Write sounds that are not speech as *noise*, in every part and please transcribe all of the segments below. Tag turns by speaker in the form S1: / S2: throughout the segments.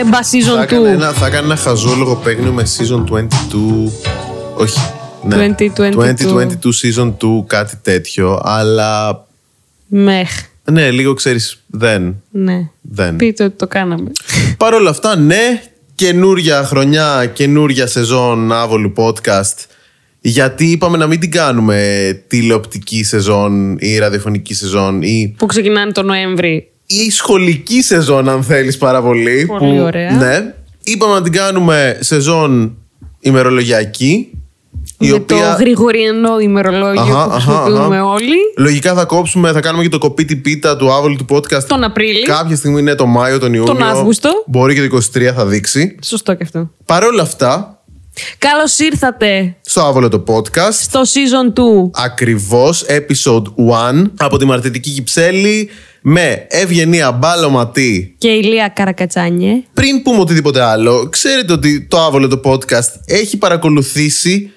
S1: Έμπα
S2: Θα
S1: season
S2: έκανα
S1: 2.
S2: ένα, θα έκανα ένα χαζό παίγνιο με season 22. Όχι. Ναι.
S1: 2022.
S2: 2022 season 2, κάτι τέτοιο. Αλλά
S1: Μεχ.
S2: ναι, λίγο ξέρεις. Δεν.
S1: Ναι.
S2: δεν.
S1: Πείτε ότι το κάναμε.
S2: Παρ' όλα αυτά, ναι, καινούρια χρονιά, καινούρια σεζόν άβολου podcast. Γιατί είπαμε να μην την κάνουμε τηλεοπτική σεζόν ή ραδιοφωνική σεζόν ή,
S1: που ξεκινάνε τον Νοέμβρη.
S2: ή σχολική σεζόν, αν θέλεις πάρα πολύ.
S1: Πολύ ωραία.
S2: Ναι. Είπαμε να την κάνουμε σεζόν ημερολογιακή. Η
S1: με
S2: οποία
S1: το γρηγοριανό ημερολόγιο
S2: Αχα,
S1: που
S2: αχα,
S1: χρησιμοποιούμε
S2: αχα.
S1: όλοι.
S2: λογικά θα κόψουμε, θα κάνουμε και το κοπίτι πίτα του άβολου του podcast.
S1: Τον Απρίλιο.
S2: Κάποια στιγμή είναι το Μάιο, τον Ιούνιο.
S1: Αύγουστο.
S2: Μπορεί και το 23 θα δείξει.
S1: Σωστό και αυτό.
S2: Παρ' όλα αυτά,
S1: Καλώς ήρθατε
S2: στο Άβολο το podcast.
S1: στο season 2.
S2: Ακριβώς, episode 1 από τη Μαρτυρική Κυψέλη με Ευγενία Μπάλωματή.
S1: Και ηλία Καρακατσάνιε.
S2: Πριν πούμε οτιδήποτε άλλο, ξέρετε ότι το Άβολο το podcast έχει παρακολουθήσει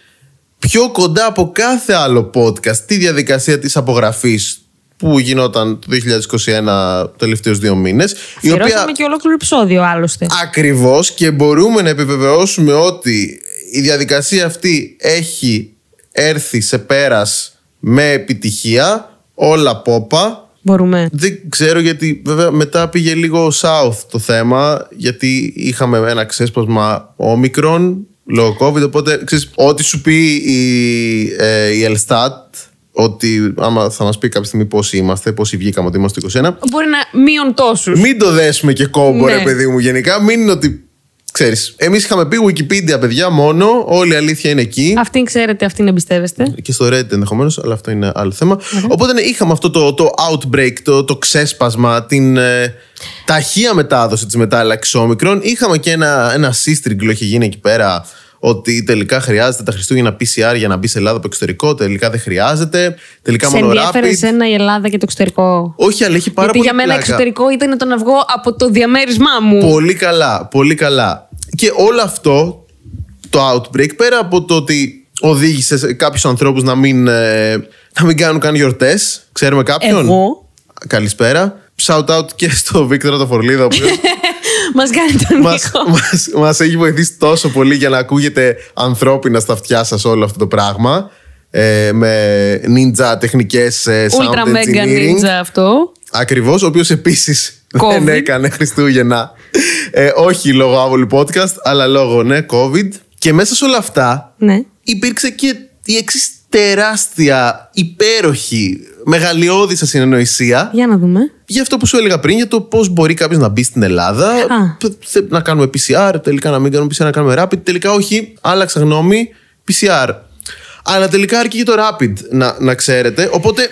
S2: πιο κοντά από κάθε άλλο podcast τη διαδικασία της απογραφής που γινόταν το 2021 τελευταίους δύο μήνες η οποία
S1: Φερώσαμε και ολόκληρο επεισόδιο άλλωστε.
S2: Ακριβώς και μπορούμε να επιβεβαιώσουμε ότι η διαδικασία αυτή έχει έρθει σε πέρας με επιτυχία, όλα πόπα.
S1: Μπορούμε.
S2: Δεν ξέρω γιατί βέβαια μετά πήγε λίγο south το θέμα γιατί είχαμε ένα ξέσπασμα όμικρον λόγω COVID οπότε ξέρεις, ό,τι σου πει η, ε, η Ελστάτ ότι άμα θα μας πει κάποια στιγμή πόσοι είμαστε, πόσοι βγήκαμε ότι είμαστε 21
S1: Μπορεί να μείον τόσους.
S2: μην το δέσουμε και κόμπο,
S1: Ναι.
S2: ρε παιδί μου, γενικά. Μην είναι ότι. Ξέρεις. Εμείς είχαμε πει Wikipedia, παιδιά, μόνο. Όλη η αλήθεια είναι εκεί.
S1: Αυτήν ξέρετε, αυτήν εμπιστεύεστε.
S2: Και στο Reddit ενδεχομένως, αλλά αυτό είναι άλλο θέμα. Οπότε ναι, είχαμε αυτό το, το outbreak, το, το ξέσπασμα, την ε, ταχεία μετάδοση της μετάλλαξη όμικρων. Είχαμε και ένα, ένα σύστριγγλο είχε γίνει εκεί πέρα ότι τελικά χρειάζεται τα Χριστούγεννα PCR για να μπει σε Ελλάδα από εξωτερικό. Τελικά δεν χρειάζεται. Τελικά
S1: Σε
S2: μόνο
S1: ενδιαφέρε
S2: rapid.
S1: εσένα η Ελλάδα και το εξωτερικό.
S2: Όχι, αλλά έχει πάρα
S1: Γιατί
S2: πολύ
S1: για μένα
S2: πλάκα.
S1: εξωτερικό ήταν το να βγω από το διαμέρισμά μου.
S2: Πολύ καλά, πολύ καλά. Και όλο αυτό το outbreak, πέρα από το ότι οδήγησε σε κάποιους ανθρώπους να μην, ε, να μην κάνουν καν γιορτές, ξέρουμε κάποιον.
S1: Εγώ.
S2: Καλησπέρα. Shout out και στο Βίκτορα το
S1: *laughs*
S2: Φορλίδα, ο οποίος
S1: Μας κάνει τον
S2: μας,
S1: ήχο.
S2: μας, μας έχει βοηθήσει τόσο πολύ για να ακούγεται ανθρώπινα στα αυτιά σας όλο αυτό το πράγμα. Ε, με ninja τεχνικές ε, sound
S1: Ultra mega
S2: engineering.
S1: ninja αυτό.
S2: Ακριβώς, ο οποίος επίσης
S1: COVID.
S2: δεν έκανε Χριστούγεννα. Ε, όχι λόγω άβολου podcast, αλλά λόγω ναι, COVID. Και μέσα σε όλα αυτά
S1: Ναι.
S2: υπήρξε και η εξής τεράστια, υπέροχη, μεγαλειώδη σας συνεννοησία
S1: Για να δούμε.
S2: για αυτό που σου έλεγα πριν, για το πώς μπορεί κάποιος να μπει στην Ελλάδα.
S1: Α.
S2: Π- θε- Να κάνουμε PCR, τελικά να μην κάνουμε PCR, να κάνουμε rapid. Τελικά όχι, άλλαξα γνώμη, PCR. Αλλά τελικά αρκεί και το rapid, να, να ξέρετε. Οπότε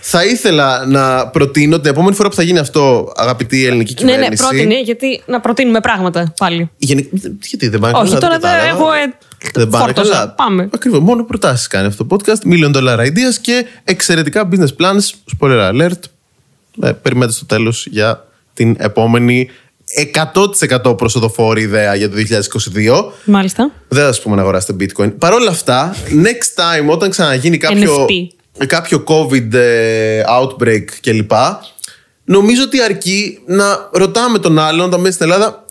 S2: θα ήθελα να προτείνω την επόμενη φορά που θα γίνει αυτό, αγαπητή ελληνική
S1: Ναι,
S2: κυβέρνηση.
S1: ναι, πρότεινε, γιατί να προτείνουμε πράγματα πάλι.
S2: Γενικ- Γιατί δεν πάνε
S1: Όχι,
S2: καλά,
S1: τώρα δεν-
S2: κατάλαβα.
S1: εγώ, ε,
S2: δεν πάνε
S1: φόρτωσα.
S2: καλά.
S1: Πάμε.
S2: Ακριβώς. Μόνο προτάσεις κάνει αυτό το podcast. Million dollar ideas και εξαιρετικά business plans. Spoiler alert. Ε, περιμένετε στο τέλος για την επόμενη 100% προσοδοφόρη ιδέα για το 2022.
S1: Μάλιστα.
S2: Δεν θα σα πούμε να αγοράσετε bitcoin. Παρ' όλα αυτά, next time όταν ξαναγίνει κάποιο,
S1: NFT.
S2: κάποιο COVID ε, outbreak κλπ. Νομίζω ότι αρκεί να ρωτάμε τον άλλον όταν μπαίνει στην Ελλάδα.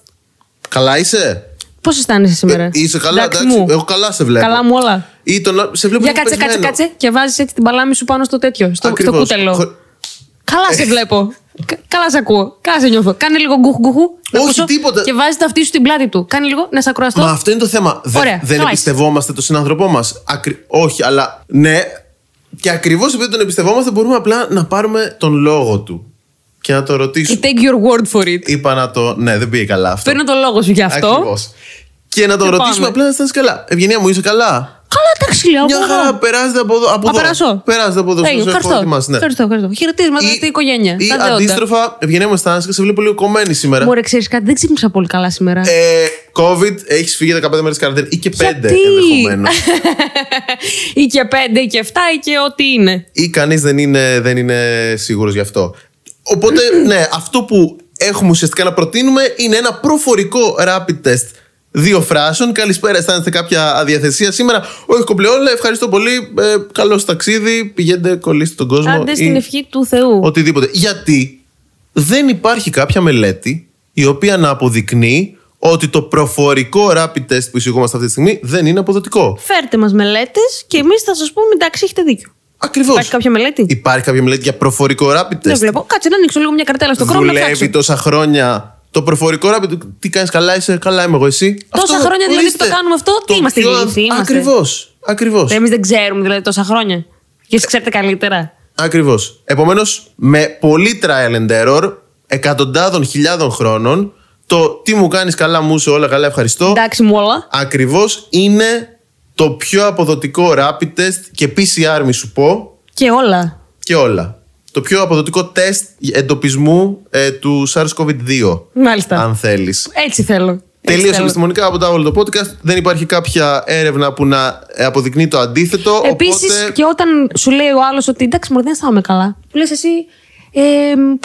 S2: Καλά είσαι.
S1: Πώς αισθάνεσαι σήμερα.
S2: Ε, είσαι καλά, εντάξει.
S1: μου.
S2: Εγώ καλά σε βλέπω.
S1: Καλά μου όλα.
S2: Ή τον, άλλο- σε βλέπω
S1: Για
S2: λίγο
S1: κάτσε, κάτσε,
S2: πεσμένο.
S1: κάτσε. Και βάζεις έτσι την παλάμη σου πάνω στο τέτοιο, στο, στο
S2: Ακριβώς.
S1: κούτελο.
S2: Χω- Ε.
S1: Καλά σε βλέπω. Κα- καλά σε ακούω. Καλά σε νιώθω. Κάνε λίγο γκουχ γκουχού. να
S2: Όχι,
S1: ακούσω.
S2: τίποτα.
S1: Και βάζει τα αυτή σου στην πλάτη του. Κάνε λίγο να σε ακροαστώ.
S2: Μα αυτό είναι το θέμα. Δεν-
S1: Ωραία,
S2: δεν
S1: καλά
S2: εμπιστευόμαστε τον συνάνθρωπό μας. Ακρι... Όχι, αλλά ναι. Και ακριβώς επειδή τον εμπιστευόμαστε, μπορούμε απλά να πάρουμε τον λόγο του και να το ρωτήσουμε.
S1: Take your word for it.
S2: Είπα να το. Ναι, δεν πήγε καλά αυτό.
S1: Παίρνω το λόγο σου για αυτό.
S2: Ακριβώς. Και να τον
S1: Και
S2: ρωτήσουμε
S1: πάμε.
S2: απλά να αισθάνεσαι καλά. Ευγενία μου, είσαι καλά.
S1: Καλά, εντάξει, λέω.
S2: Μια
S1: μπορώ.
S2: χαρά, περάζετε από εδώ. Από
S1: Α,
S2: εδώ.
S1: περάσω.
S2: Περάζετε από εδώ.
S1: Έγινε,
S2: στο
S1: Ευχαριστώ.
S2: ζευγάρι μας, ναι.
S1: Ευχαριστώ, ευχαριστώ. Χαιρετίσματα
S2: Ή-
S1: στην οικογένεια.
S2: Ή
S1: Τα δέοντα.
S2: αντίστροφα, Ευγενία μου, αισθάνεσαι, σε βλέπω λίγο κομμένη σήμερα.
S1: Μωρέ, ξέρεις κάτι, δεν ξύπνησα πολύ καλά σήμερα.
S2: Ναι. Ε, COVID, έχεις φύγει 15 μέρε καραντίνα ή και 5
S1: Γιατί?
S2: ενδεχομένως.
S1: *laughs* ή και πέντε, ή και 7, ή και ό,τι είναι.
S2: ή κανείς δεν είναι, δεν είναι σίγουρος γι' αυτό. Οπότε, ναι, αυτό που έχουμε ουσιαστικά να προτείνουμε είναι ένα προφορικό rapid test δύο φράσεων. Καλησπέρα, αισθάνεστε κάποια αδιαθεσία σήμερα. Όχι κομπλεόλα, ευχαριστώ πολύ. Ε, Καλό στο ταξίδι. Πηγαίνετε, κολλήστε τον κόσμο.
S1: Άντε
S2: ή
S1: στην ευχή του Θεού.
S2: Οτιδήποτε. Γιατί δεν υπάρχει κάποια μελέτη η οποία να αποδεικνύει ότι το προφορικό rapid test που εισηγούμαστε αυτή τη στιγμή δεν είναι αποδοτικό.
S1: Φέρτε μας μελέτες και εμείς θα σας πούμε εντάξει, έχετε δίκιο.
S2: Ακριβώς.
S1: Υπάρχει κάποια μελέτη.
S2: Υπάρχει κάποια μελέτη για προφορικό rapid
S1: Δεν
S2: test.
S1: βλέπω. Κάτσε να ανοίξω λίγο μια καρτέλα στο Chrome να
S2: Δουλεύει
S1: ψάξω.
S2: τόσα χρόνια το προφορικό rapid. Τι κάνεις καλά, είσαι καλά, είμαι εγώ, εσύ.
S1: Τόσα χρόνια δηλαδή που το κάνουμε αυτό, τι είμαστε, ηλίθιοι είμαστε.
S2: Ακριβώς. Ακριβώς.
S1: Εμείς δεν ξέρουμε δηλαδή τόσα χρόνια. Και εσεί ξέρετε καλύτερα.
S2: Ακριβώς. Επομένως, με πολύ trial and error εκατοντάδων χιλιάδων χρόνων, το τι μου κάνεις καλά, μου είσαι όλα καλά, ευχαριστώ.
S1: Εντάξει μου όλα.
S2: Ακριβώς είναι το πιο αποδοτικό rapid test και PCR, μη σου πω,
S1: Και όλα.
S2: και όλα. Το πιο αποδοτικό τεστ εντοπισμού ε, του SARS-CoV-2.
S1: Μάλιστα.
S2: Αν θέλεις.
S1: Έτσι θέλω. Έτσι
S2: Τελείω
S1: θέλω.
S2: επιστημονικά από τα όλο το podcast. Δεν υπάρχει κάποια έρευνα που να ε, αποδεικνύει το αντίθετο.
S1: Επίσης,
S2: οπότε...
S1: και όταν σου λέει ο άλλος ότι εντάξει, Μωρή, δεν αισθάνομαι καλά. Του λες εσύ, ε,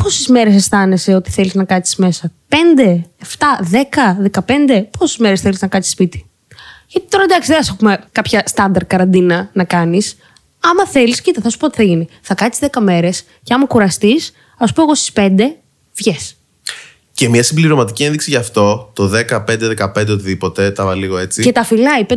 S1: πόσες μέρες αισθάνεσαι ότι θέλεις να κάτσεις μέσα. Πέντε, εφτά, δέκα, δεκαπέντε. Πόσες μέρες θέλεις να κάτσεις σπίτι. Γιατί τώρα εντάξει, δεν θα σου έχουμε κάποια στάνταρ καραντίνα να κάνεις. Άμα θέλεις, κοίτα, θα σου πω τι θα γίνει. Θα κάτσεις δέκα μέρες και άμα κουραστείς, ας πω εγώ στις πέντε, βγες.
S2: Και μια συμπληρωματική ένδειξη γι' αυτό, το 15-15 οτιδήποτε, τα βάλω λίγο έτσι.
S1: Και τα φυλάει 5, 10, 15.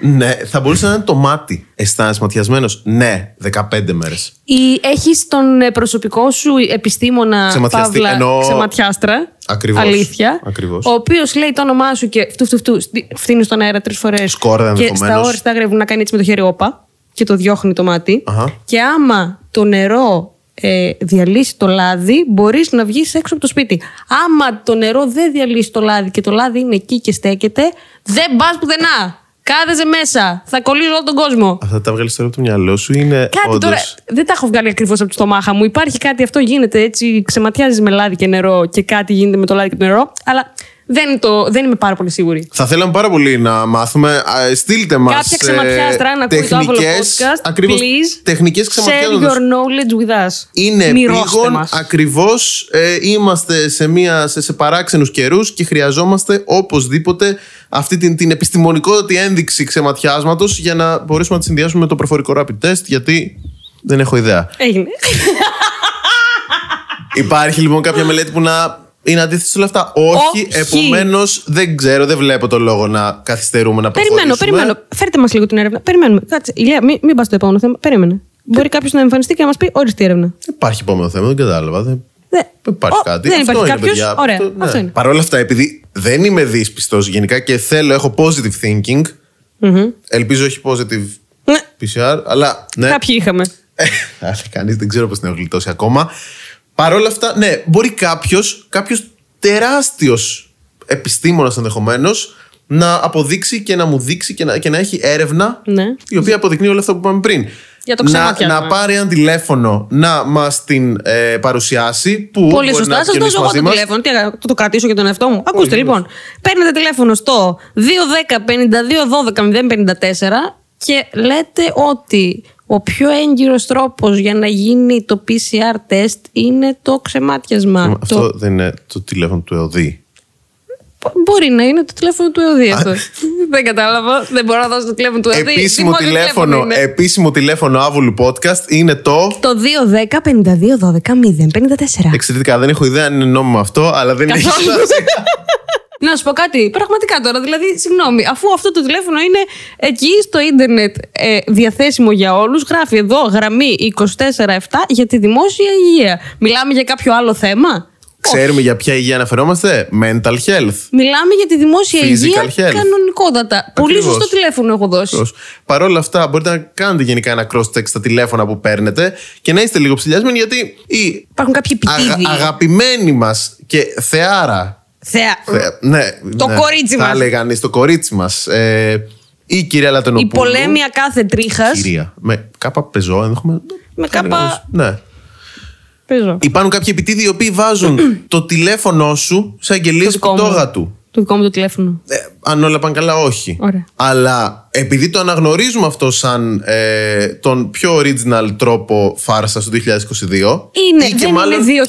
S2: Ναι, θα μπορούσε να είναι το μάτι. Αισθάνεσαι ματιασμένος. Ναι, 15 μέρες.
S1: Ή έχεις τον ε, προσωπικό σου επιστήμονα
S2: Ξεματιαστή,
S1: Παύλα,
S2: εννοώ-
S1: ξεματιάστρα.
S2: Ακριβώς.
S1: Αλήθεια.
S2: Ακριβώς.
S1: Ο οποίος λέει το όνομά σου και φτου, φτου, φτου, στι- φτύνεις στον αέρα τρεις φορές.
S2: Σκόρδα
S1: Και στα
S2: ενδεχομένως.
S1: όριστα γρήγορα να κάνει έτσι με το χέρι όπα και το διώχνει το μάτι.
S2: Αχα.
S1: Και άμα το νερό ε, διαλύσει το λάδι, μπορείς να βγεις έξω από το σπίτι. Άμα το νερό δεν διαλύσει το λάδι και το λάδι είναι εκεί και στέκεται, δεν πας πουθενά. Κάθεσαι μέσα. Θα κολλήσεις όλο τον κόσμο.
S2: Αυτά τα βγάλεις τώρα από το μυαλό σου είναι.
S1: Κάτι
S2: όντως...
S1: τώρα. Δεν τα έχω βγάλει ακριβώς από τη στομάχα μου. Υπάρχει κάτι, αυτό γίνεται έτσι. Ξεματιάζεις με λάδι και νερό και κάτι γίνεται με το λάδι και το νερό. Αλλά δεν, είναι το, δεν είμαι πάρα πολύ σίγουρη.
S2: Θα θέλαμε πάρα πολύ να μάθουμε. Α, Στείλτε ε, μας.
S1: Κάποια ξεματιάστρα να ακούει το άβολο podcast. Please
S2: Τεχνικές
S1: share your knowledge with us.
S2: Είναι
S1: Μοιρώστε
S2: πήγον
S1: μας.
S2: ακριβώς. είμαστε σε, μια, σε, σε παράξενους καιρούς και χρειαζόμαστε οπωσδήποτε αυτή την, την επιστημονικότατη ένδειξη ξεματιάσματος για να μπορέσουμε να τη συνδυάσουμε με το προφορικό rapid test, γιατί δεν έχω ιδέα.
S1: Έγινε.
S2: Υπάρχει λοιπόν κάποια μελέτη που να είναι αντίθετη σε όλα αυτά. Όχι,
S1: Όχι.
S2: επομένως δεν ξέρω, δεν βλέπω το λόγο να καθυστερούμε να
S1: περιμένω,
S2: προχωρήσουμε.
S1: περιμένω. Φέρτε μας λίγο την έρευνα. Περιμένουμε. Κάτσε. Ηλία, μην, μην πας στο επόμενο θέμα. Περίμενε. Μπορεί κάποιος να εμφανιστεί και να μας πει: Ορίστε η έρευνα.
S2: Δεν υπάρχει επόμενο θέμα, δεν κατάλαβα. Δεν
S1: Δεν
S2: δεν υπάρχει
S1: Ο,
S2: κάτι.
S1: Δεν
S2: Αυτό
S1: υπάρχει
S2: είναι, παιδιά.
S1: κάποιο. Ωραία.
S2: Αυτό, ναι.
S1: Αυτό είναι.
S2: Παρ' όλα αυτά, επειδή δεν είμαι δύσπιστος γενικά και θέλω, έχω positive thinking. Ελπίζω όχι positive
S1: Ναι.
S2: PCR, αλλά ναι.
S1: Κάποιοι είχαμε.
S2: *laughs* αλλά κανείς δεν ξέρω πώς την έχω γλιτώσει ακόμα. Παρ' όλα αυτά, ναι, μπορεί κάποιος, κάποιος τεράστιος επιστήμονας ενδεχομένως, να αποδείξει και να μου δείξει και να, και να έχει έρευνα
S1: Ναι.
S2: η οποία αποδεικνύει όλα αυτά που είπαμε πριν.
S1: Για το
S2: να,
S1: ξεμάτιασμα.
S2: να πάρει ένα τηλέφωνο να μας την ε, παρουσιάσει. Που
S1: Πολύ
S2: μπορεί να
S1: σωστά. Σας δώσω
S2: επικοινωνήσει
S1: εγώ
S2: μαζί
S1: το
S2: μας.
S1: τηλέφωνο. Τι, να το, το κρατήσω για τον εαυτό μου. Ακούστε λοιπόν. Παίρνετε τηλέφωνο στο 210-52-12-054 και λέτε ότι ο πιο έγκυρος τρόπος για να γίνει το PCR test είναι το ξεμάτιασμα.
S2: Αυτό
S1: Το-
S2: δεν είναι το τηλέφωνο του ΕΟΔΗ.
S1: Μπορεί να είναι το τηλέφωνο του ΕΟΔΗ αυτό. δεν κατάλαβα. Δεν μπορώ να δώσω το τηλέφωνο του ΕΟΔΗ.
S2: Επίσημο
S1: Δημόσιο
S2: τηλέφωνο,
S1: είναι.
S2: επίσημο τηλέφωνο άβολου podcast είναι το.
S1: Το 210-52-12-054.
S2: Εξαιρετικά, δεν έχω ιδέα αν είναι νόμιμο αυτό, αλλά δεν έχει
S1: Καθόλου. *laughs*
S2: φτάσει.
S1: Να σου πω κάτι, πραγματικά τώρα, δηλαδή, συγγνώμη, αφού αυτό το τηλέφωνο είναι εκεί στο ίντερνετ ε, διαθέσιμο για όλους, γράφει εδώ γραμμή 24-7 για τη δημόσια υγεία. Μιλάμε για κάποιο άλλο θέμα.
S2: Ξέρουμε για ποια υγεία αναφερόμαστε. Mental health.
S1: Μιλάμε για τη δημόσια
S2: Physical
S1: υγεία
S2: health.
S1: κανονικότατα. Πολύ
S2: Ακριβώς.
S1: σωστό τηλέφωνο έχω δώσει.
S2: Παρ' όλα αυτά, μπορείτε να κάνετε γενικά ένα cross-check στα τηλέφωνα που παίρνετε και να είστε λίγο ψηλιασμένοι γιατί η
S1: Υπάρχουν κάποιοι
S2: αγα-
S1: επιτίδιοι.
S2: αγαπημένη μας και θεάρα.
S1: Θεά.
S2: θε- ναι,
S1: Το
S2: ναι,
S1: κορίτσι
S2: Θα
S1: μας.
S2: λέγανε το κορίτσι μας. Ε, η κυρία
S1: Η
S2: Λατενοπούλου.
S1: πολέμια κάθε τρίχας.
S2: Κυρία. Με κάπα πεζό, ενδεχομένω.
S1: Με
S2: θα
S1: κάπα-
S2: λέγαμε, Ναι.
S1: Παίζω.
S2: Υπάρχουν κάποιοι επιτίδιοι οι οποίοι
S1: *clears throat*
S2: βάζουν το τηλέφωνό σου σε αγγελίες
S1: δικό μου.
S2: πιτόγα του.
S1: Το δικό μου το τηλέφωνο.
S2: Ε, αν όλα πάνε καλά, όχι.
S1: Ωραία.
S2: Αλλά επειδή το αναγνωρίζουμε αυτό σαν ε, τον πιο original τρόπο φάρσα του 2022.
S1: Είναι,
S2: ή και
S1: δεν
S2: μάλλον
S1: είναι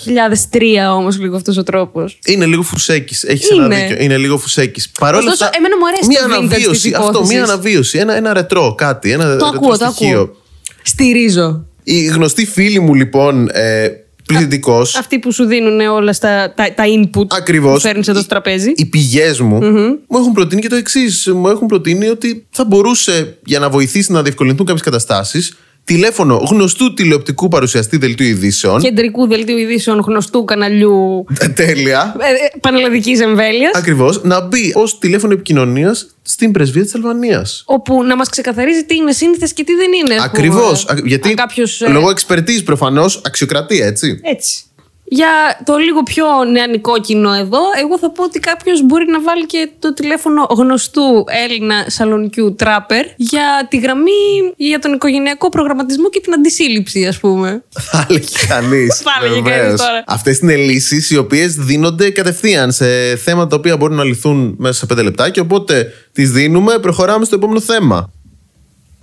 S1: 2003 όμως λίγο αυτός ο τρόπος.
S2: είναι λίγο φουσέκι. Έχεις ένα
S1: Είναι.
S2: δίκιο. Είναι λίγο φουσέκι. Παρ' όλα
S1: Ωστόσο,
S2: αυτά.
S1: εμένα μου αρέσει
S2: μια
S1: το vintage της
S2: αναβίωση. Αυτό,
S1: υπόθεσης.
S2: μια αναβίωση. Ένα, ένα ρετρό κάτι. Ένα
S1: Το
S2: ρετρό
S1: ακούω, το
S2: Ε, στοιχείο.
S1: ακούω. Στηρίζω.
S2: Η γνωστή φίλη μου λοιπόν ε, πληθυντικός.
S1: Αυτοί που σου δίνουν όλα στα, τα, τα input
S2: Ακριβώ.
S1: που φέρνεις εδώ στο τραπέζι.
S2: Οι πηγές μου μου έχουν προτείνει και το εξής. Μου έχουν προτείνει ότι θα μπορούσε για να βοηθήσει να διευκολυνθούν κάποιες καταστάσεις τηλέφωνο γνωστού τηλεοπτικού παρουσιαστή δελτίου ειδήσεων.
S1: Κεντρικού δελτίου ειδήσεων γνωστού καναλιού
S2: Τέλεια.
S1: ε, ε, πανελλαδικής εμβέλειας
S2: Ακριβώς. Να μπει ως τηλέφωνο επικοινωνίας στην πρεσβεία της Αλβανίας.
S1: όπου να μας ξεκαθαρίζει τι είναι σύνθεση και τι δεν είναι.
S2: Ακριβώ.
S1: Που,
S2: Γιατί
S1: αν κάποιος, ε,
S2: λόγω εξπερτή προφανώ αξιοκρατεί, έτσι.
S1: Έτσι. Για το λίγο πιο νεανικό κοινό εδώ, εγώ θα πω ότι κάποιος μπορεί να βάλει και το τηλέφωνο γνωστού Έλληνα σαλονικιού τράπερ για τη γραμμή για τον οικογενειακό προγραμματισμό και την αντισύλληψη, ας πούμε.
S2: Θα έλεγε κανείς.
S1: Θα έλεγε κανείς τώρα.
S2: Αυτές είναι λύσεις οι οποίες δίνονται κατευθείαν σε θέματα τα οποία μπορούν να λυθούν μέσα σε πέντε λεπτάκια. Οπότε τις δίνουμε, προχωράμε στο επόμενο θέμα.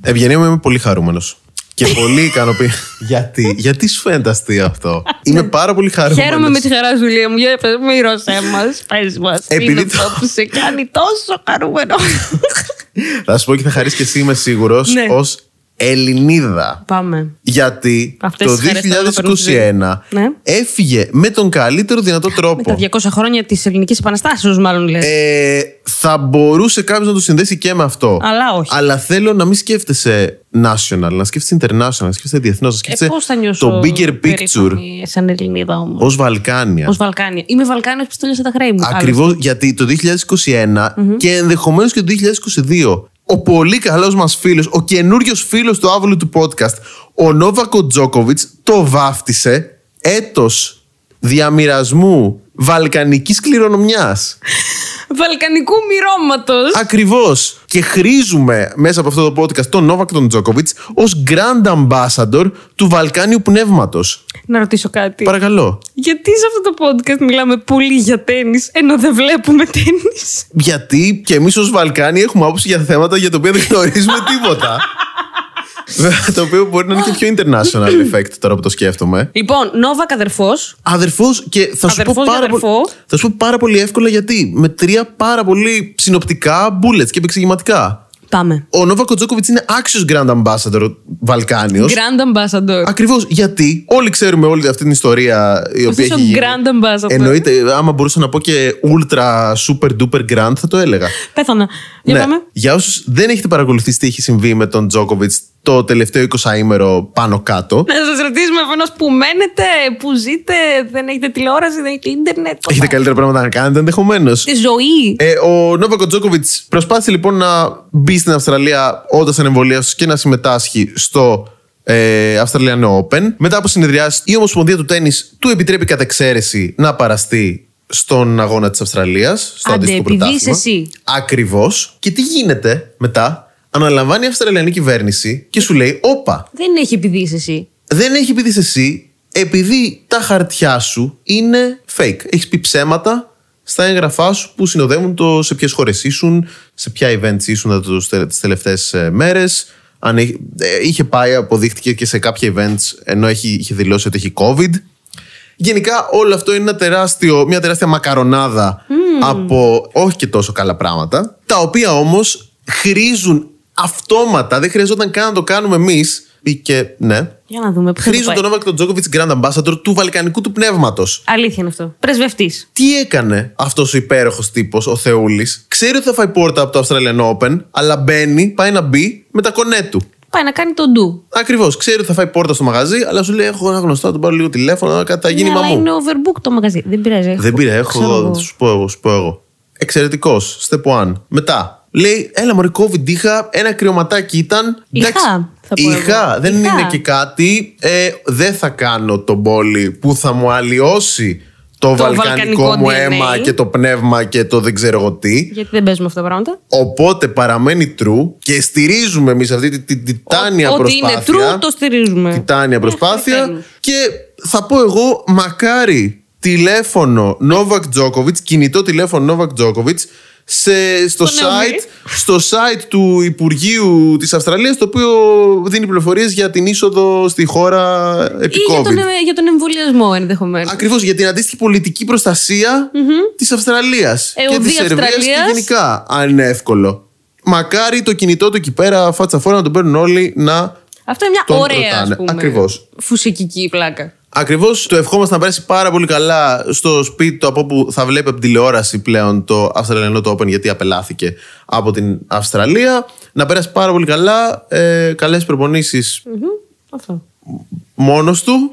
S2: Ευγενία μου, είμαι πολύ χαρούμενος. Και πολύ ικανοποιημένο. γιατί, γιατί σου φαίνεται αστείο αυτό. είμαι πάρα πολύ χαρούμενος.
S1: Ναι. Χαίρομαι με τη χαρά σου, Λία μου. Για πες, με ηρωσέ μας. Πες μας.
S2: Επειδή
S1: Είναι
S2: το-
S1: αυτό που σε κάνει τόσο χαρούμενο.
S2: Θα σου πω και θα χαρίσει και εσύ, είμαι σίγουρος,
S1: Ναι.
S2: ως ω Ελληνίδα.
S1: Πάμε.
S2: Γιατί
S1: Αυτές τις χαρές θέλω να παίρνω στη ζωή.
S2: το 2021
S1: Ναι.
S2: έφυγε με τον καλύτερο δυνατό τρόπο.
S1: Τα 200 χρόνια της ελληνικής επαναστάσεως, μάλλον λες.
S2: Ε, θα μπορούσε κάποιος να το συνδέσει και με αυτό.
S1: Αλλά όχι.
S2: Αλλά θέλω να μην σκέφτεσαι national, να σκέφτεσαι international, να σκέφτεσαι διεθνώς, να
S1: Ε,
S2: σκέφτεσαι
S1: Πώς θα νιώσω
S2: το bigger picture
S1: περήφανη σαν Ελληνίδα όμως.
S2: ως Βαλκάνια.
S1: Ως Βαλκάνια. Είμαι Βαλκάνιος που στέλνει τα χρέη μου.
S2: Ακριβώς γιατί το 2021 και ενδεχομένως και το 2022, ο πολύ καλός μας φίλος, ο καινούριος φίλος του άβολου του podcast, ο Νόβακο Τζόκοβιτ, το βάφτισε έτος διαμοιρασμού βαλκανικής κληρονομιάς.
S1: Βαλκανικού μυρώματος.
S2: Ακριβώς. Και χρήζουμε μέσα από αυτό το podcast τον Νόβακ τον Τζόκοβιτ ως grand ambassador του Βαλκάνιου πνεύματος.
S1: Να ρωτήσω κάτι.
S2: Παρακαλώ.
S1: Γιατί σε αυτό το podcast μιλάμε πολύ για τέννη, ενώ δεν βλέπουμε τέννη.
S2: Γιατί και εμείς ως Βαλκάνοι έχουμε άποψη για θέματα για τα οποία δεν
S1: *laughs*
S2: γνωρίζουμε τίποτα. Βέβαια, το οποίο μπορεί να είναι και πιο international effect τώρα που το σκέφτομαι.
S1: Λοιπόν, Νόβα αδερφός.
S2: Αδερφός και θα σου, πω
S1: Αδερφός για
S2: πάρα πολύ,
S1: αδερφό.
S2: θα σου πω πάρα πολύ εύκολα γιατί. Με τρία πάρα πολύ συνοπτικά bullets και επεξηγηματικά.
S1: Πάμε.
S2: Ο Νόβα Τζόκοβιτ είναι άξιος grand ambassador Βαλκάνιος.
S1: Grand ambassador.
S2: Ακριβώς γιατί όλοι ξέρουμε όλη αυτή την ιστορία η οποία
S1: είσαι
S2: έχει
S1: ο
S2: γίνει.
S1: grand ambassador.
S2: Εννοείται, άμα μπορούσα να πω και ultra super duper grand, θα το έλεγα.
S1: Πέθανα.
S2: Ναι.
S1: Για πάμε.
S2: Για όσους δεν έχετε παρακολουθήσει τι έχει συμβεί με τον Τζόκοβιτ το τελευταίο 20ήμερο πάνω κάτω.
S1: Να σας ρωτήσουμε αφενός που μένετε, που ζείτε, δεν έχετε τηλεόραση, δεν έχετε ίντερνετ. πώς
S2: Έχετε
S1: τα-
S2: καλύτερα πράγματα να κάνετε ενδεχομένως.
S1: Τη ζωή.
S2: Ε, ο Νόβακο Τζόκοβιτ προσπάθησε λοιπόν να μπει στην Αυστραλία όντας ανεμβολίαστο και να συμμετάσχει στο ε, Αυστραλιανό Open. Μετά από συνεδριάσεις, η Ομοσπονδία του Τέννη του επιτρέπει κατά εξαίρεση να παραστεί στον αγώνα της Αυστραλίας, στο
S1: Άντε,
S2: αντίστοιχο
S1: επειδή
S2: πρωτάθλημα.
S1: είσαι εσύ.
S2: Ακριβώς. Και τι γίνεται μετά. Αναλαμβάνει η Αυστραλιανή κυβέρνηση και σου λέει: Όπα,
S1: Δεν έχει επιδείξει εσύ.
S2: δεν έχει επειδή είσαι εσύ, επειδή τα χαρτιά σου είναι fake. Έχεις πει ψέματα στα έγγραφά σου που συνοδεύουν το σε ποιες χώρες ήσουν, σε ποια events ήσουν τις τελευταίες μέρε. ε, Αν είχε, ε, είχε πάει, αποδείχτηκε και σε κάποια events ενώ έχει, είχε δηλώσει ότι έχει COVID. Γενικά όλο αυτό είναι ένα τεράστιο, μια τεράστια μακαρονάδα από όχι και τόσο καλά πράγματα, τα οποία όμως χρήζουν αυτόματα, δεν χρειαζόταν καν να το κάνουμε εμείς, ή και ναι,
S1: Για να δούμε. Πού θα το
S2: χρήζουν
S1: πάει.
S2: τον Νόβακ τον Τζόκοβιτ Grand Ambassador του βαλκανικού του πνεύματος.
S1: Αλήθεια είναι αυτό. Πρεσβευτής.
S2: Τι έκανε αυτός ο υπέροχος τύπος, ο Θεούλης. Ξέρει ότι θα φάει πόρτα από το Australian Open, αλλά μπαίνει, πάει να μπει με τα κονέ του.
S1: Πάει να κάνει τον ντου.
S2: Ακριβώς, ξέρει ότι θα φάει πόρτα στο μαγαζί, αλλά σου λέει: Έχω ένα γνωστό, να τον πάρω λίγο τηλέφωνο, κάτι θα
S1: Ναι,
S2: γίνει
S1: αλλά
S2: μαμού.
S1: είναι overbook το μαγαζί. Δεν πειράζει. έχω-
S2: Δεν πήρα,
S1: ξέρω
S2: έχω.
S1: εγώ.
S2: Θα σου πω εγώ. Σου πω εγώ. Εξαιρετικός. Step one. Μετά. Λέει, έλα μωρή COVID είχα, ένα κρυωματάκι ήταν.
S1: Είχα,
S2: Εντάξει,
S1: θα πω εγώ.
S2: είχα, δεν
S1: Είχα.
S2: είναι και κάτι. Ε, δεν θα κάνω τον πόλη που θα μου αλλοιώσει το, βαλκανικό,
S1: βαλκανικό
S2: μου
S1: DNA.
S2: αίμα και το πνεύμα και το δεν ξέρω εγώ τι.
S1: Γιατί δεν παίζουμε αυτά τα πράγματα.
S2: Οπότε παραμένει true και στηρίζουμε εμείς αυτή την τη, τιτάνια
S1: Ό- Ό,τι
S2: προσπάθεια.
S1: είναι true, το στηρίζουμε.
S2: Τιτάνια προσπάθεια.
S1: τέλους.
S2: Και θα πω εγώ, μακάρι τηλέφωνο Novak Djokovic, κινητό τηλέφωνο Novak Djokovic, σε, στο,
S1: Στον Εωμί.
S2: site, στο site του Υπουργείου της Αυστραλίας το οποίο δίνει πληροφορίες για την είσοδο στη χώρα επί
S1: Ή για τον,
S2: COVID.
S1: ε, για τον εμβολιασμό ενδεχομένως.
S2: Ακριβώς για την αντίστοιχη πολιτική προστασία της Αυστραλίας και
S1: Εουδή
S2: της Σερβίας
S1: Αυστραλίας.
S2: και γενικά αν είναι εύκολο. Μακάρι το κινητό του εκεί πέρα φάτσα φόρα να τον παίρνουν όλοι να
S1: Αυτό είναι μια
S2: τον
S1: ωραία ας
S2: ρωτάνε.
S1: πούμε,
S2: Ακριβώς.
S1: φουσικική πλάκα.
S2: Ακριβώς το ευχόμαστε να περάσει πάρα πολύ καλά στο σπίτι του από όπου θα βλέπει από την τηλεόραση πλέον το Αυστραλιανό το Open γιατί απελάθηκε από την Αυστραλία. Να περάσει πάρα πολύ καλά. Ε, Καλές προπονήσεις
S1: Αυτό.
S2: μόνος του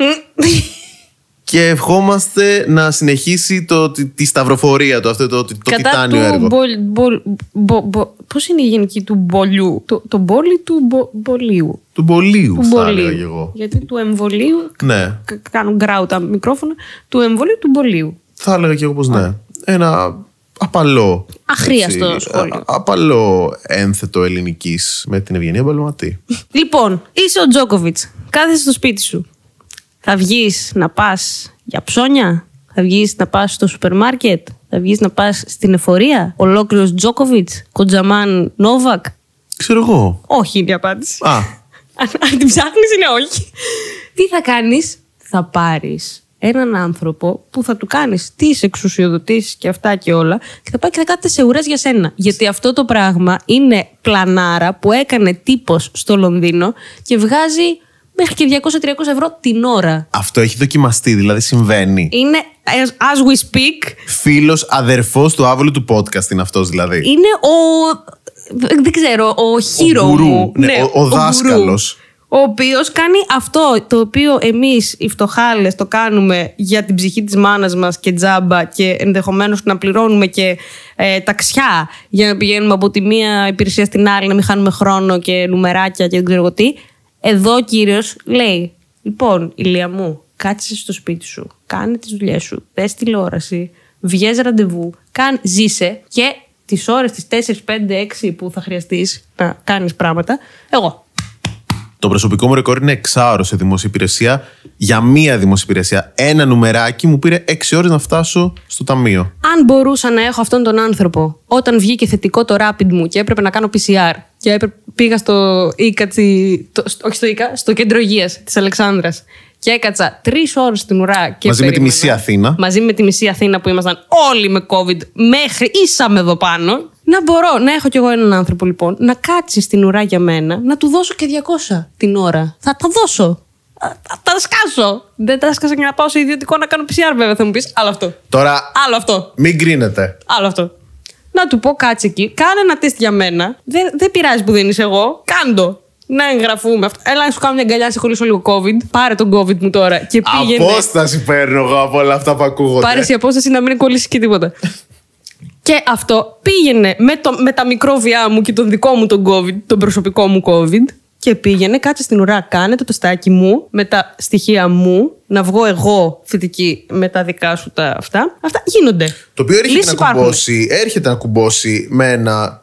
S2: και ευχόμαστε να συνεχίσει το, τη, τη σταυροφορία του, αυτό το, το, το
S1: Κατά
S2: τιτάνιο έργο.
S1: του μπολ, μπολ, μπο- μπο- πώς είναι η γενική του μπολιού, το, το μπόλι του μπο, μπολίου.
S2: Του μπολίου,
S1: Του
S2: θα
S1: μπολίου.
S2: έλεγα κι εγώ.
S1: Γιατί του εμβολίου,
S2: Ναι,
S1: κα- κάνουν γκράου τα μικρόφωνα, του εμβολίου του μπολίου. *laughs*
S2: θα έλεγα κι εγώ πως ναι. Ένα απαλό.
S1: Αχρίαστο
S2: έτσι,
S1: σχόλιο.
S2: α- απαλό ένθετο ελληνικής με την Ευγενία Μπαλματή.
S1: Λοιπόν, είσαι ο Τζόκοβιτ. Κάθεσαι στο σπίτι σου. Θα βγεις να πας για ψώνια. Θα βγεις να πας στο σούπερ μάρκετ. Θα βγεις να πας στην εφορία. Ολόκληρος Τζόκοβιτ. Κοντζαμάν Νόβακ.
S2: Ξέρω εγώ.
S1: Όχι είναι η απάντηση.
S2: Α,
S1: Αν, αν την ψάχνεις, είναι όχι. Τι θα κάνεις, θα πάρεις έναν άνθρωπο που θα του κάνεις τις εξουσιοδοτήσεις και αυτά και όλα και θα πάει και θα κάθεται σε ουρές για σένα. Γιατί αυτό το πράγμα είναι πλανάρα που έκανε τύπος στο Λονδίνο και βγάζει μέχρι και 200-300 ευρώ την ώρα.
S2: αυτό έχει δοκιμαστεί, δηλαδή συμβαίνει.
S1: Είναι as, as we speak.
S2: Φίλος, αδερφός του άβολου του podcast είναι αυτός δηλαδή.
S1: Είναι ο. Δεν ξέρω, ο χείρο
S2: γκουρού,
S1: μου.
S2: ναι, ο- ο
S1: γκουρού.
S2: δάσκαλος.
S1: Ο οποίος κάνει αυτό το οποίο εμείς οι φτωχάλες το κάνουμε για την ψυχή της μάνας μας και τζάμπα και ενδεχομένως να πληρώνουμε και ε, ταξιά για να πηγαίνουμε από τη μία υπηρεσία στην άλλη, να μην χάνουμε χρόνο και νουμεράκια και δεν ξέρω εγώ τι. Εδώ ο κύριος λέει: Λοιπόν, ηλία μου, κάτσε στο σπίτι σου, κάνε τις δουλειές σου, δες τηλεόραση, βγες ραντεβού, κάν, ζήσε και τις ώρες τις 4, 5, 6 που θα χρειαστείς να κάνεις πράγματα, εγώ
S2: Το προσωπικό μου ρεκόρ είναι 6 ώρο σε δημόσια υπηρεσία. Για μία δημόσια υπηρεσία, ένα νουμεράκι μου πήρε 6 ώρες να φτάσω στο ταμείο.
S1: αν μπορούσα να έχω αυτόν τον άνθρωπο όταν βγήκε θετικό το rapid μου και έπρεπε να κάνω PCR και έπρεπε, πήγα στο ΙΚΑ, τσι- το- στο- όχι στο ΙΚΑ, στο κέντρο υγείας της Αλεξάνδρας και έκατσα τρεις ώρες στην ουρά και
S2: Μαζί με τη
S1: περίμενα.
S2: μισή Αθήνα.
S1: Μαζί με τη μισή Αθήνα που ήμασταν όλοι με COVID μέχρι ήσαμε εδώ πάνω. Να μπορώ να έχω κι εγώ έναν άνθρωπο λοιπόν να κάτσει στην ουρά για μένα, να του δώσω και 200 την ώρα. Θα τα δώσω. Α, Θα τα σκάσω. Δεν τα σκάσα και να πάω σε ιδιωτικό να κάνω PCR, βέβαια, θα μου πεις. Άλλο αυτό.
S2: Τώρα,
S1: Άλλο αυτό.
S2: μην κρίνετε.
S1: Άλλο αυτό. Να του πω κάτσε εκεί, κάνε ένα τεστ για μένα. Δεν, δεν πειράζει που δεν είσαι εγώ. Κάντο. Να εγγραφούμε αυτό. Έλα να σου κάνω μια αγκαλιά, σε χωρίσω λίγο COVID. Πάρε τον COVID μου τώρα και πήγαινε.
S2: Απόσταση παίρνω εγώ από όλα αυτά που ακούγονται.
S1: Πάρε η απόσταση να μην κολλήσει και τίποτα. και αυτό πήγαινε με, το, με τα μικρόβια μου και τον δικό μου τον COVID, τον προσωπικό μου COVID. Και πήγαινε, κάτσε στην ουρά, κάνε το τεστάκι μου με τα στοιχεία μου, να βγω εγώ θετική με τα δικά σου τα αυτά. Αυτά γίνονται.
S2: Το οποίο έρχεται
S1: Λύσεις
S2: να,
S1: υπάρχουν.
S2: κουμπώσει, έρχεται να κουμπώσει με ένα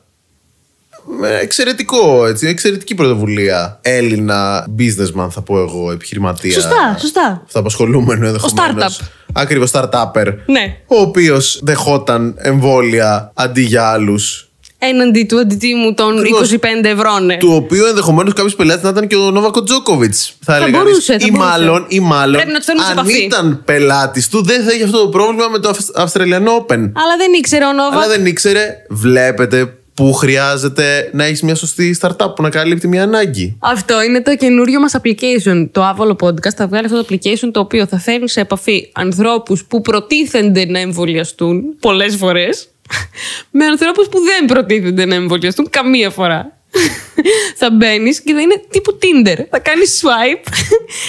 S2: με ένα εξαιρετικό, έτσι, εξαιρετική πρωτοβουλία. Έλληνα businessman, θα πω εγώ, επιχειρηματία.
S1: Σωστά, σωστά.
S2: Αυταπασχολούμενο ενδεχομένω.
S1: startup.
S2: Ακριβώς, startupper.
S1: Ναι.
S2: Ο οποίος δεχόταν εμβόλια αντί για άλλους.
S1: έναντι του αντιτίμου των
S2: Ακριβώς.
S1: 25 ευρώ. ναι.
S2: Του οποίου ενδεχομένως κάποιος πελάτης να ήταν και ο Νόβακο Τζόκοβιτ. Θα, έλεγα κανείς.
S1: μπορούσε, θα
S2: ή,
S1: μπορούσε.
S2: Μάλλον, ή μάλλον.
S1: Πρέπει να τους φέρνουν σε
S2: αν
S1: επαφή.
S2: ήταν πελάτης του, δεν θα είχε αυτό το πρόβλημα με το Αυστ- Αυστραλιανό Open.
S1: Αλλά δεν ήξερε ο Νόβα.
S2: Αλλά δεν ήξερε, βλέπετε που χρειάζεται να έχεις μια σωστή startup που να καλύπτει μια ανάγκη.
S1: Αυτό είναι το καινούριο μας application. Το Άβολο Podcast θα βγάλει αυτό το application το οποίο θα φέρνει σε επαφή ανθρώπους που προτίθενται να εμβολιαστούν πολλές φορές με ανθρώπους που δεν προτίθενται να εμβολιαστούν καμία φορά. θα μπαίνεις και θα είναι τύπου Tinder. Θα κάνεις swipe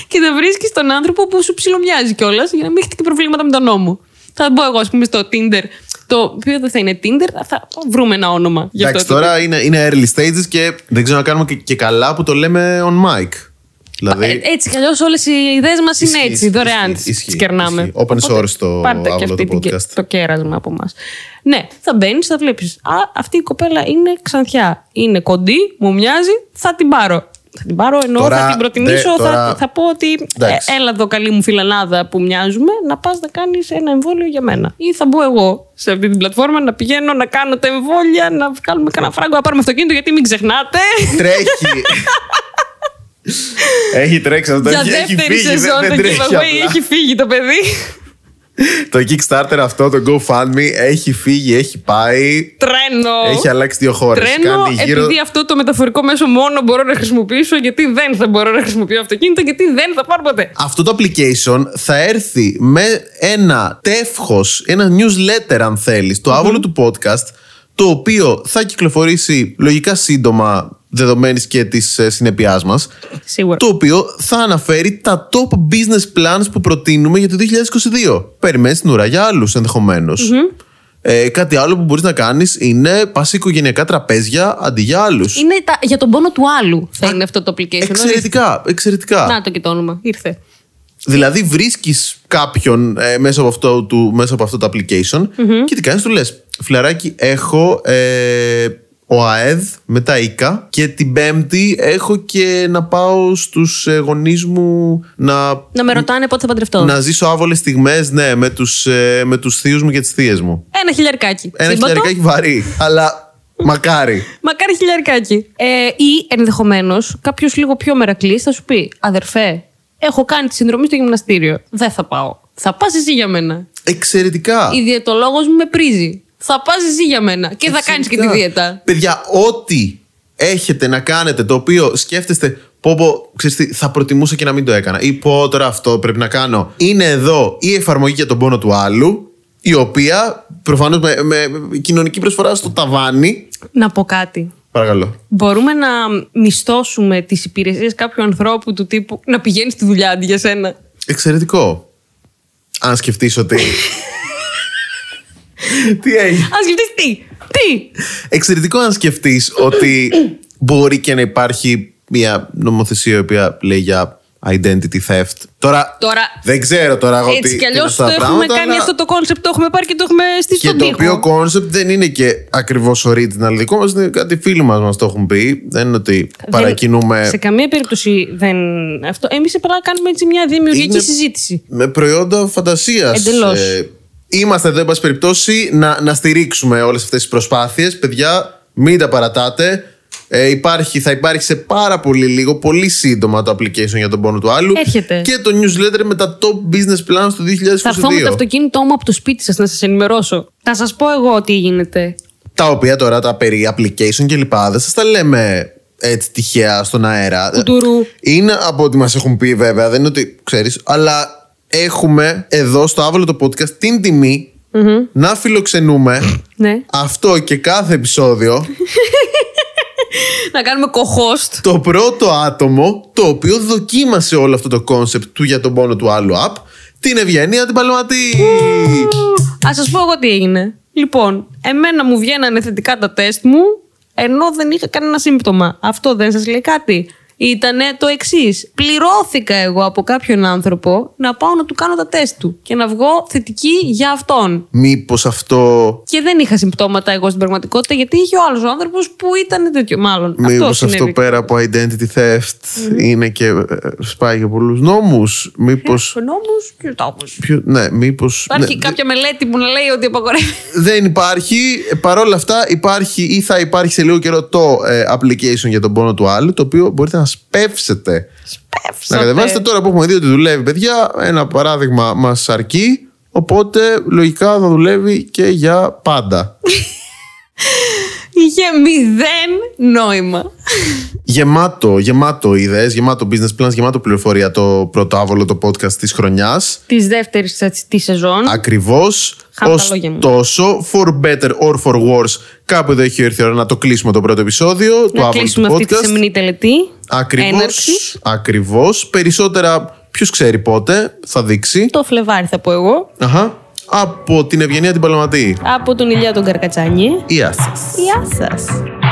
S1: και θα βρίσκεις τον άνθρωπο που σου ψιλομοιάζει κιόλας για να μην έχετε και προβλήματα με τον νόμο. Θα μπω εγώ, ας πούμε, στο Tinder. Το οποίο δεν θα είναι Tinder, θα βρούμε ένα όνομα. για
S2: Εντάξει,
S1: αυτό το
S2: τώρα είναι, είναι early stages και δεν ξέρω να κάνουμε και, και καλά που το λέμε on mic. Δηλαδή,
S1: Ε, έτσι κι αλλιώς όλες οι ιδέες μας είναι
S2: Ισχύει,
S1: έτσι, δωρεάν.
S2: ισχύει,
S1: Τις
S2: ισχύει,
S1: κερνάμε.
S2: ισχύει. Open source το
S1: Πάρτε και
S2: Άβολο
S1: αυτή
S2: το
S1: την-
S2: podcast.
S1: το κέρασμα από εμά. Ναι, θα μπαίνεις, θα βλέπεις. Α, αυτή η κοπέλα είναι ξανθιά. Είναι κοντή, μου μοιάζει, θα την πάρω. Θα την πάρω ενώ
S2: Τώρα,
S1: θα την προτιμήσω,
S2: δε, τώρα-
S1: θα, θα πω ότι
S2: Εντάξει.
S1: ε, έλα εδώ καλή μου φιλανάδα που μοιάζουμε να πας να κάνεις ένα εμβόλιο για μένα. Ή θα μπω εγώ σε αυτή την πλατφόρμα να πηγαίνω να κάνω τα εμβόλια, να βγάλουμε κανένα φράγκο, να πάρουμε αυτοκίνητο γιατί μην ξεχνάτε. *laughs*
S2: τρέχει. έχει τρέξει αυτό.
S1: Για
S2: έχει- έχει
S1: δεύτερη
S2: φύγει, δεν-
S1: σεζόν
S2: δεν
S1: το
S2: τρέχει
S1: giveaway
S2: απλά.
S1: έχει φύγει το παιδί. *laughs*
S2: το Kickstarter αυτό, το GoFundMe, έχει φύγει, έχει πάει.
S1: Τρένο!
S2: Έχει αλλάξει δύο χώρες.
S1: Τρένο, επειδή αυτό το μεταφορικό μέσο μόνο μπορώ να χρησιμοποιήσω, γιατί δεν θα μπορώ να χρησιμοποιώ αυτοκίνητο, γιατί δεν θα πάρω ποτέ.
S2: Αυτό το application θα έρθει με ένα τεύχος, ένα newsletter αν θέλεις, το άβολο του podcast, το οποίο θα κυκλοφορήσει λογικά σύντομα δεδομένης και της ε, συνεπειάς μας,
S1: Σίγουρα.
S2: το οποίο θα αναφέρει τα top business plans που προτείνουμε για το 2022. Περιμένεις την ουρά για άλλους ενδεχομένως. Ε, κάτι άλλο που μπορείς να κάνεις είναι πας σε οικογενειακά τραπέζια αντί για άλλους.
S1: Είναι τα- για τον πόνο του άλλου θα είναι αυτό το application. ορίστε.
S2: Εξαιρετικά, εξαιρετικά.
S1: Να το και το όνομα. Ήρθε.
S2: Δηλαδή βρίσκεις κάποιον ε, μέσα, από αυτό, του, μέσα από αυτό το application και τι κάνεις, του λες. Φιλαράκι, έχω ε, ο ΑΕΔ με τα ΙΚΑ και την Πέμπτη έχω και να πάω στους γονείς μου να,
S1: Να με ρωτάνε πότε θα παντρευτώ.
S2: να ζήσω άβολες στιγμές ναι, με τους ε, με τους θείους μου και τις θείες μου.
S1: Ένα χιλιαρικάκι.
S2: Ένα
S1: Σύμπατο.
S2: χιλιαρικά έχει βαρύ, αλλά μακάρι.
S1: Μακάρι χιλιαρικάκι. Ε, ή ενδεχομένως κάποιος λίγο πιο μερακλής θα σου πει: Αδερφέ, έχω κάνει τη συνδρομή στο γυμναστήριο. Δεν θα πάω. Θα πας εσύ για μένα.
S2: Εξαιρετικά.
S1: Η διαιτολόγο μου με πρίζει. Θα πας εσύ για μένα και Ε, θα κάνεις και τη δίαιτα.
S2: Παιδιά, ό,τι έχετε να κάνετε το οποίο σκέφτεστε. Πω, πω, ξέρεις τι, θα προτιμούσα και να μην το έκανα. Ή πω τώρα αυτό πρέπει να κάνω. Είναι εδώ η εφαρμογή για τον πόνο του άλλου, η οποία προφανώς με, με, με κοινωνική προσφορά στο ταβάνι.
S1: Να πω κάτι.
S2: Παρακαλώ.
S1: Μπορούμε να μισθώσουμε τις υπηρεσίες κάποιου ανθρώπου του τύπου να πηγαίνεις στη δουλειά αντί για σένα.
S2: Εξαιρετικό. Αν σκεφτείς ότι.
S1: *laughs*
S2: τι έγινε.
S1: Ας σκεφτεί τι! Τι!
S2: Εξαιρετικό αν σκεφτείς ότι μπορεί και να υπάρχει μια νομοθεσία η οποία λέει για identity theft. Τώρα,
S1: Τώρα,
S2: δεν ξέρω τώρα εγώ τι
S1: έτσι κι
S2: τι
S1: αλλιώ
S2: είναι
S1: το
S2: αυτά τα
S1: έχουμε
S2: πράγματα,
S1: κάνει
S2: αλλά-
S1: αυτό το κόνσεπτ, το έχουμε πάρει και το έχουμε στήσει
S2: και
S1: στον
S2: το
S1: τοίχο.
S2: οποίο κόνσεπτ δεν είναι και ακριβώς original δικό μας, είναι κάτι φίλοι μας μας το έχουν πει. Δεν είναι ότι
S1: Δεν-
S2: παρακινούμε
S1: Σε καμία περίπτωση δεν. Αυτό. Εμείς απλά κάνουμε έτσι μια δημιουργική
S2: Είναι-
S1: συζήτηση.
S2: με προϊόντα φαντασίας.
S1: Εντελώς.
S2: είμαστε εδώ, εν πάση περιπτώσει, να, να στηρίξουμε όλες αυτές τις προσπάθειες. Παιδιά, μην τα παρατάτε. Ε, υπάρχει, θα υπάρχει σε πάρα πολύ λίγο, πολύ σύντομα το application για τον πόνο του άλλου.
S1: Έρχεται.
S2: Και το newsletter με τα top business plans του 2022.
S1: Θα έρθω με το αυτοκίνητό μου από το σπίτι σας να σας ενημερώσω. Θα σας πω εγώ τι γίνεται.
S2: Τα οποία τώρα τα περί application και λοιπά δεν σας τα λέμε έτσι τυχαία στον αέρα.
S1: Κουτουρού.
S2: Είναι από ό,τι μας έχουν πει βέβαια, δεν είναι ότι ξέρεις, αλλά έχουμε εδώ στο άβολο το podcast την τιμη να φιλοξενούμε
S1: Ναι.
S2: αυτό και κάθε επεισόδιο
S1: να κάνουμε co-host.
S2: το πρώτο άτομο το οποίο δοκίμασε όλο αυτό το κόνσεπτ του για τον πόνο του άλλου app την Ευγενία την Παλματή.
S1: Ας σας πω εγώ τι έγινε. Λοιπόν, εμένα μου βγαίνανε θετικά τα τεστ μου, ενώ δεν είχα κανένα σύμπτωμα. Αυτό δεν σας λέει κάτι. Ήτανε το εξής. Πληρώθηκα εγώ από κάποιον άνθρωπο να πάω να του κάνω τα τεστ του και να βγω θετική για αυτόν.
S2: Μήπως αυτό
S1: Και δεν είχα συμπτώματα εγώ στην πραγματικότητα, γιατί είχε ο άλλος άνθρωπος που ήταν τέτοιο. Μάλλον.
S2: Μήπως
S1: αυτό
S2: αυτό,
S1: συνέβη.
S2: πέρα από identity theft είναι και ε, σπάει για πολλούς νόμους. Μήπως.
S1: Ο νόμος και ο τόπος.
S2: ναι, μήπως,
S1: Υπάρχει
S2: ναι,
S1: κάποια μελέτη που να λέει ότι απαγορεύει.
S2: Δεν υπάρχει. Ε, Παρ' όλα αυτά, υπάρχει ή θα υπάρχει σε λίγο καιρό το ε, application για τον πόνο του άλλου, το οποίο μπορείτε να σπεύσετε. Να κατεβάσετε τώρα που έχουμε δει ότι δουλεύει, παιδιά. Ένα παράδειγμα μας αρκεί. Οπότε λογικά θα δουλεύει και για πάντα.
S1: Είχε μηδέν νόημα.
S2: γεμάτο, γεμάτο ιδέες, γεμάτο business plans, γεμάτο πληροφορία το πρώτο άβολο το podcast της χρονιάς.
S1: Της δεύτερης της σεζόν.
S2: Ακριβώς.
S1: Χάνω τα λόγια μου.
S2: Ωστόσο, for better or for worse, κάπου εδώ έχει έρθει η ώρα να το κλείσουμε το πρώτο επεισόδιο του
S1: να
S2: Άβολου
S1: κλείσουμε
S2: του
S1: αυτή τη
S2: podcast.
S1: σεμινή τελετή.
S2: Ακριβώς.
S1: Έναρξη.
S2: Ακριβώς. Περισσότερα, ποιος ξέρει πότε, θα δείξει.
S1: Το Φλεβάρι θα πω εγώ.
S2: Αχα. Από την Ευγενία την Παλαματή.
S1: Από τον Ηλιά τον Καρκατσάνη.
S2: Γεια σας.
S1: Γεια σας.